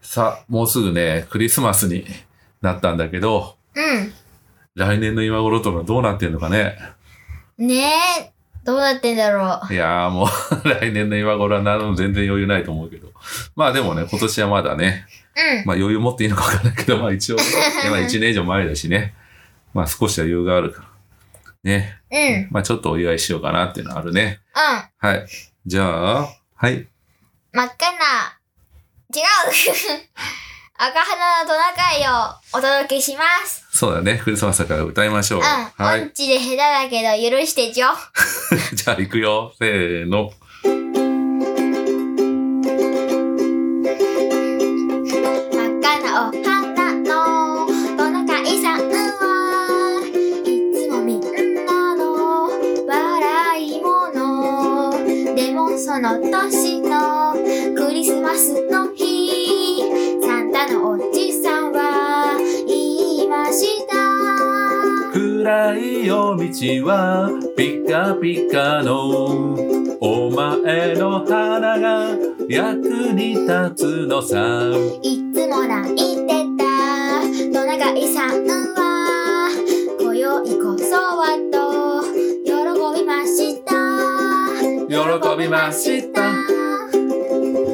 さあ、もうすぐね、クリスマスになったんだけど、う来年の今頃とかどうなってんのかね。ん。ねえ、どうなってんだろいやーもう 来年の今頃はなるの全然余裕ないと思うけど。まあでもね、今年はまだね、う。まあ余裕持っていいのかわかんないけど、まあ一応、ね、まあ1年以上前だしね。まあ少しは余裕があるから。ね。うん。うん。うん。まあちょっとお祝いしようかなっていうのはあるね。はい。じゃあ、はい。真っ赤な、違う 赤鼻のトナカイをお届けします。そうだね。クリスマスだから歌いましょう。うん。はオいン。チで下手だけど許してちょ。じゃあ行くよ。せーの。真っ赤なお花のトナカイさんはいつもみんなの笑い者でもその年のクリスマスの日サンタのおじさんは言いました暗い夜道はピカピカのお前の花が役に立つのさいつも泣いてたトナカイさんは今宵こそはと喜びました喜びました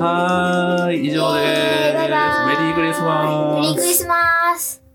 はーい以上ですイエーイバイバイメリークリスマスメリークリスマス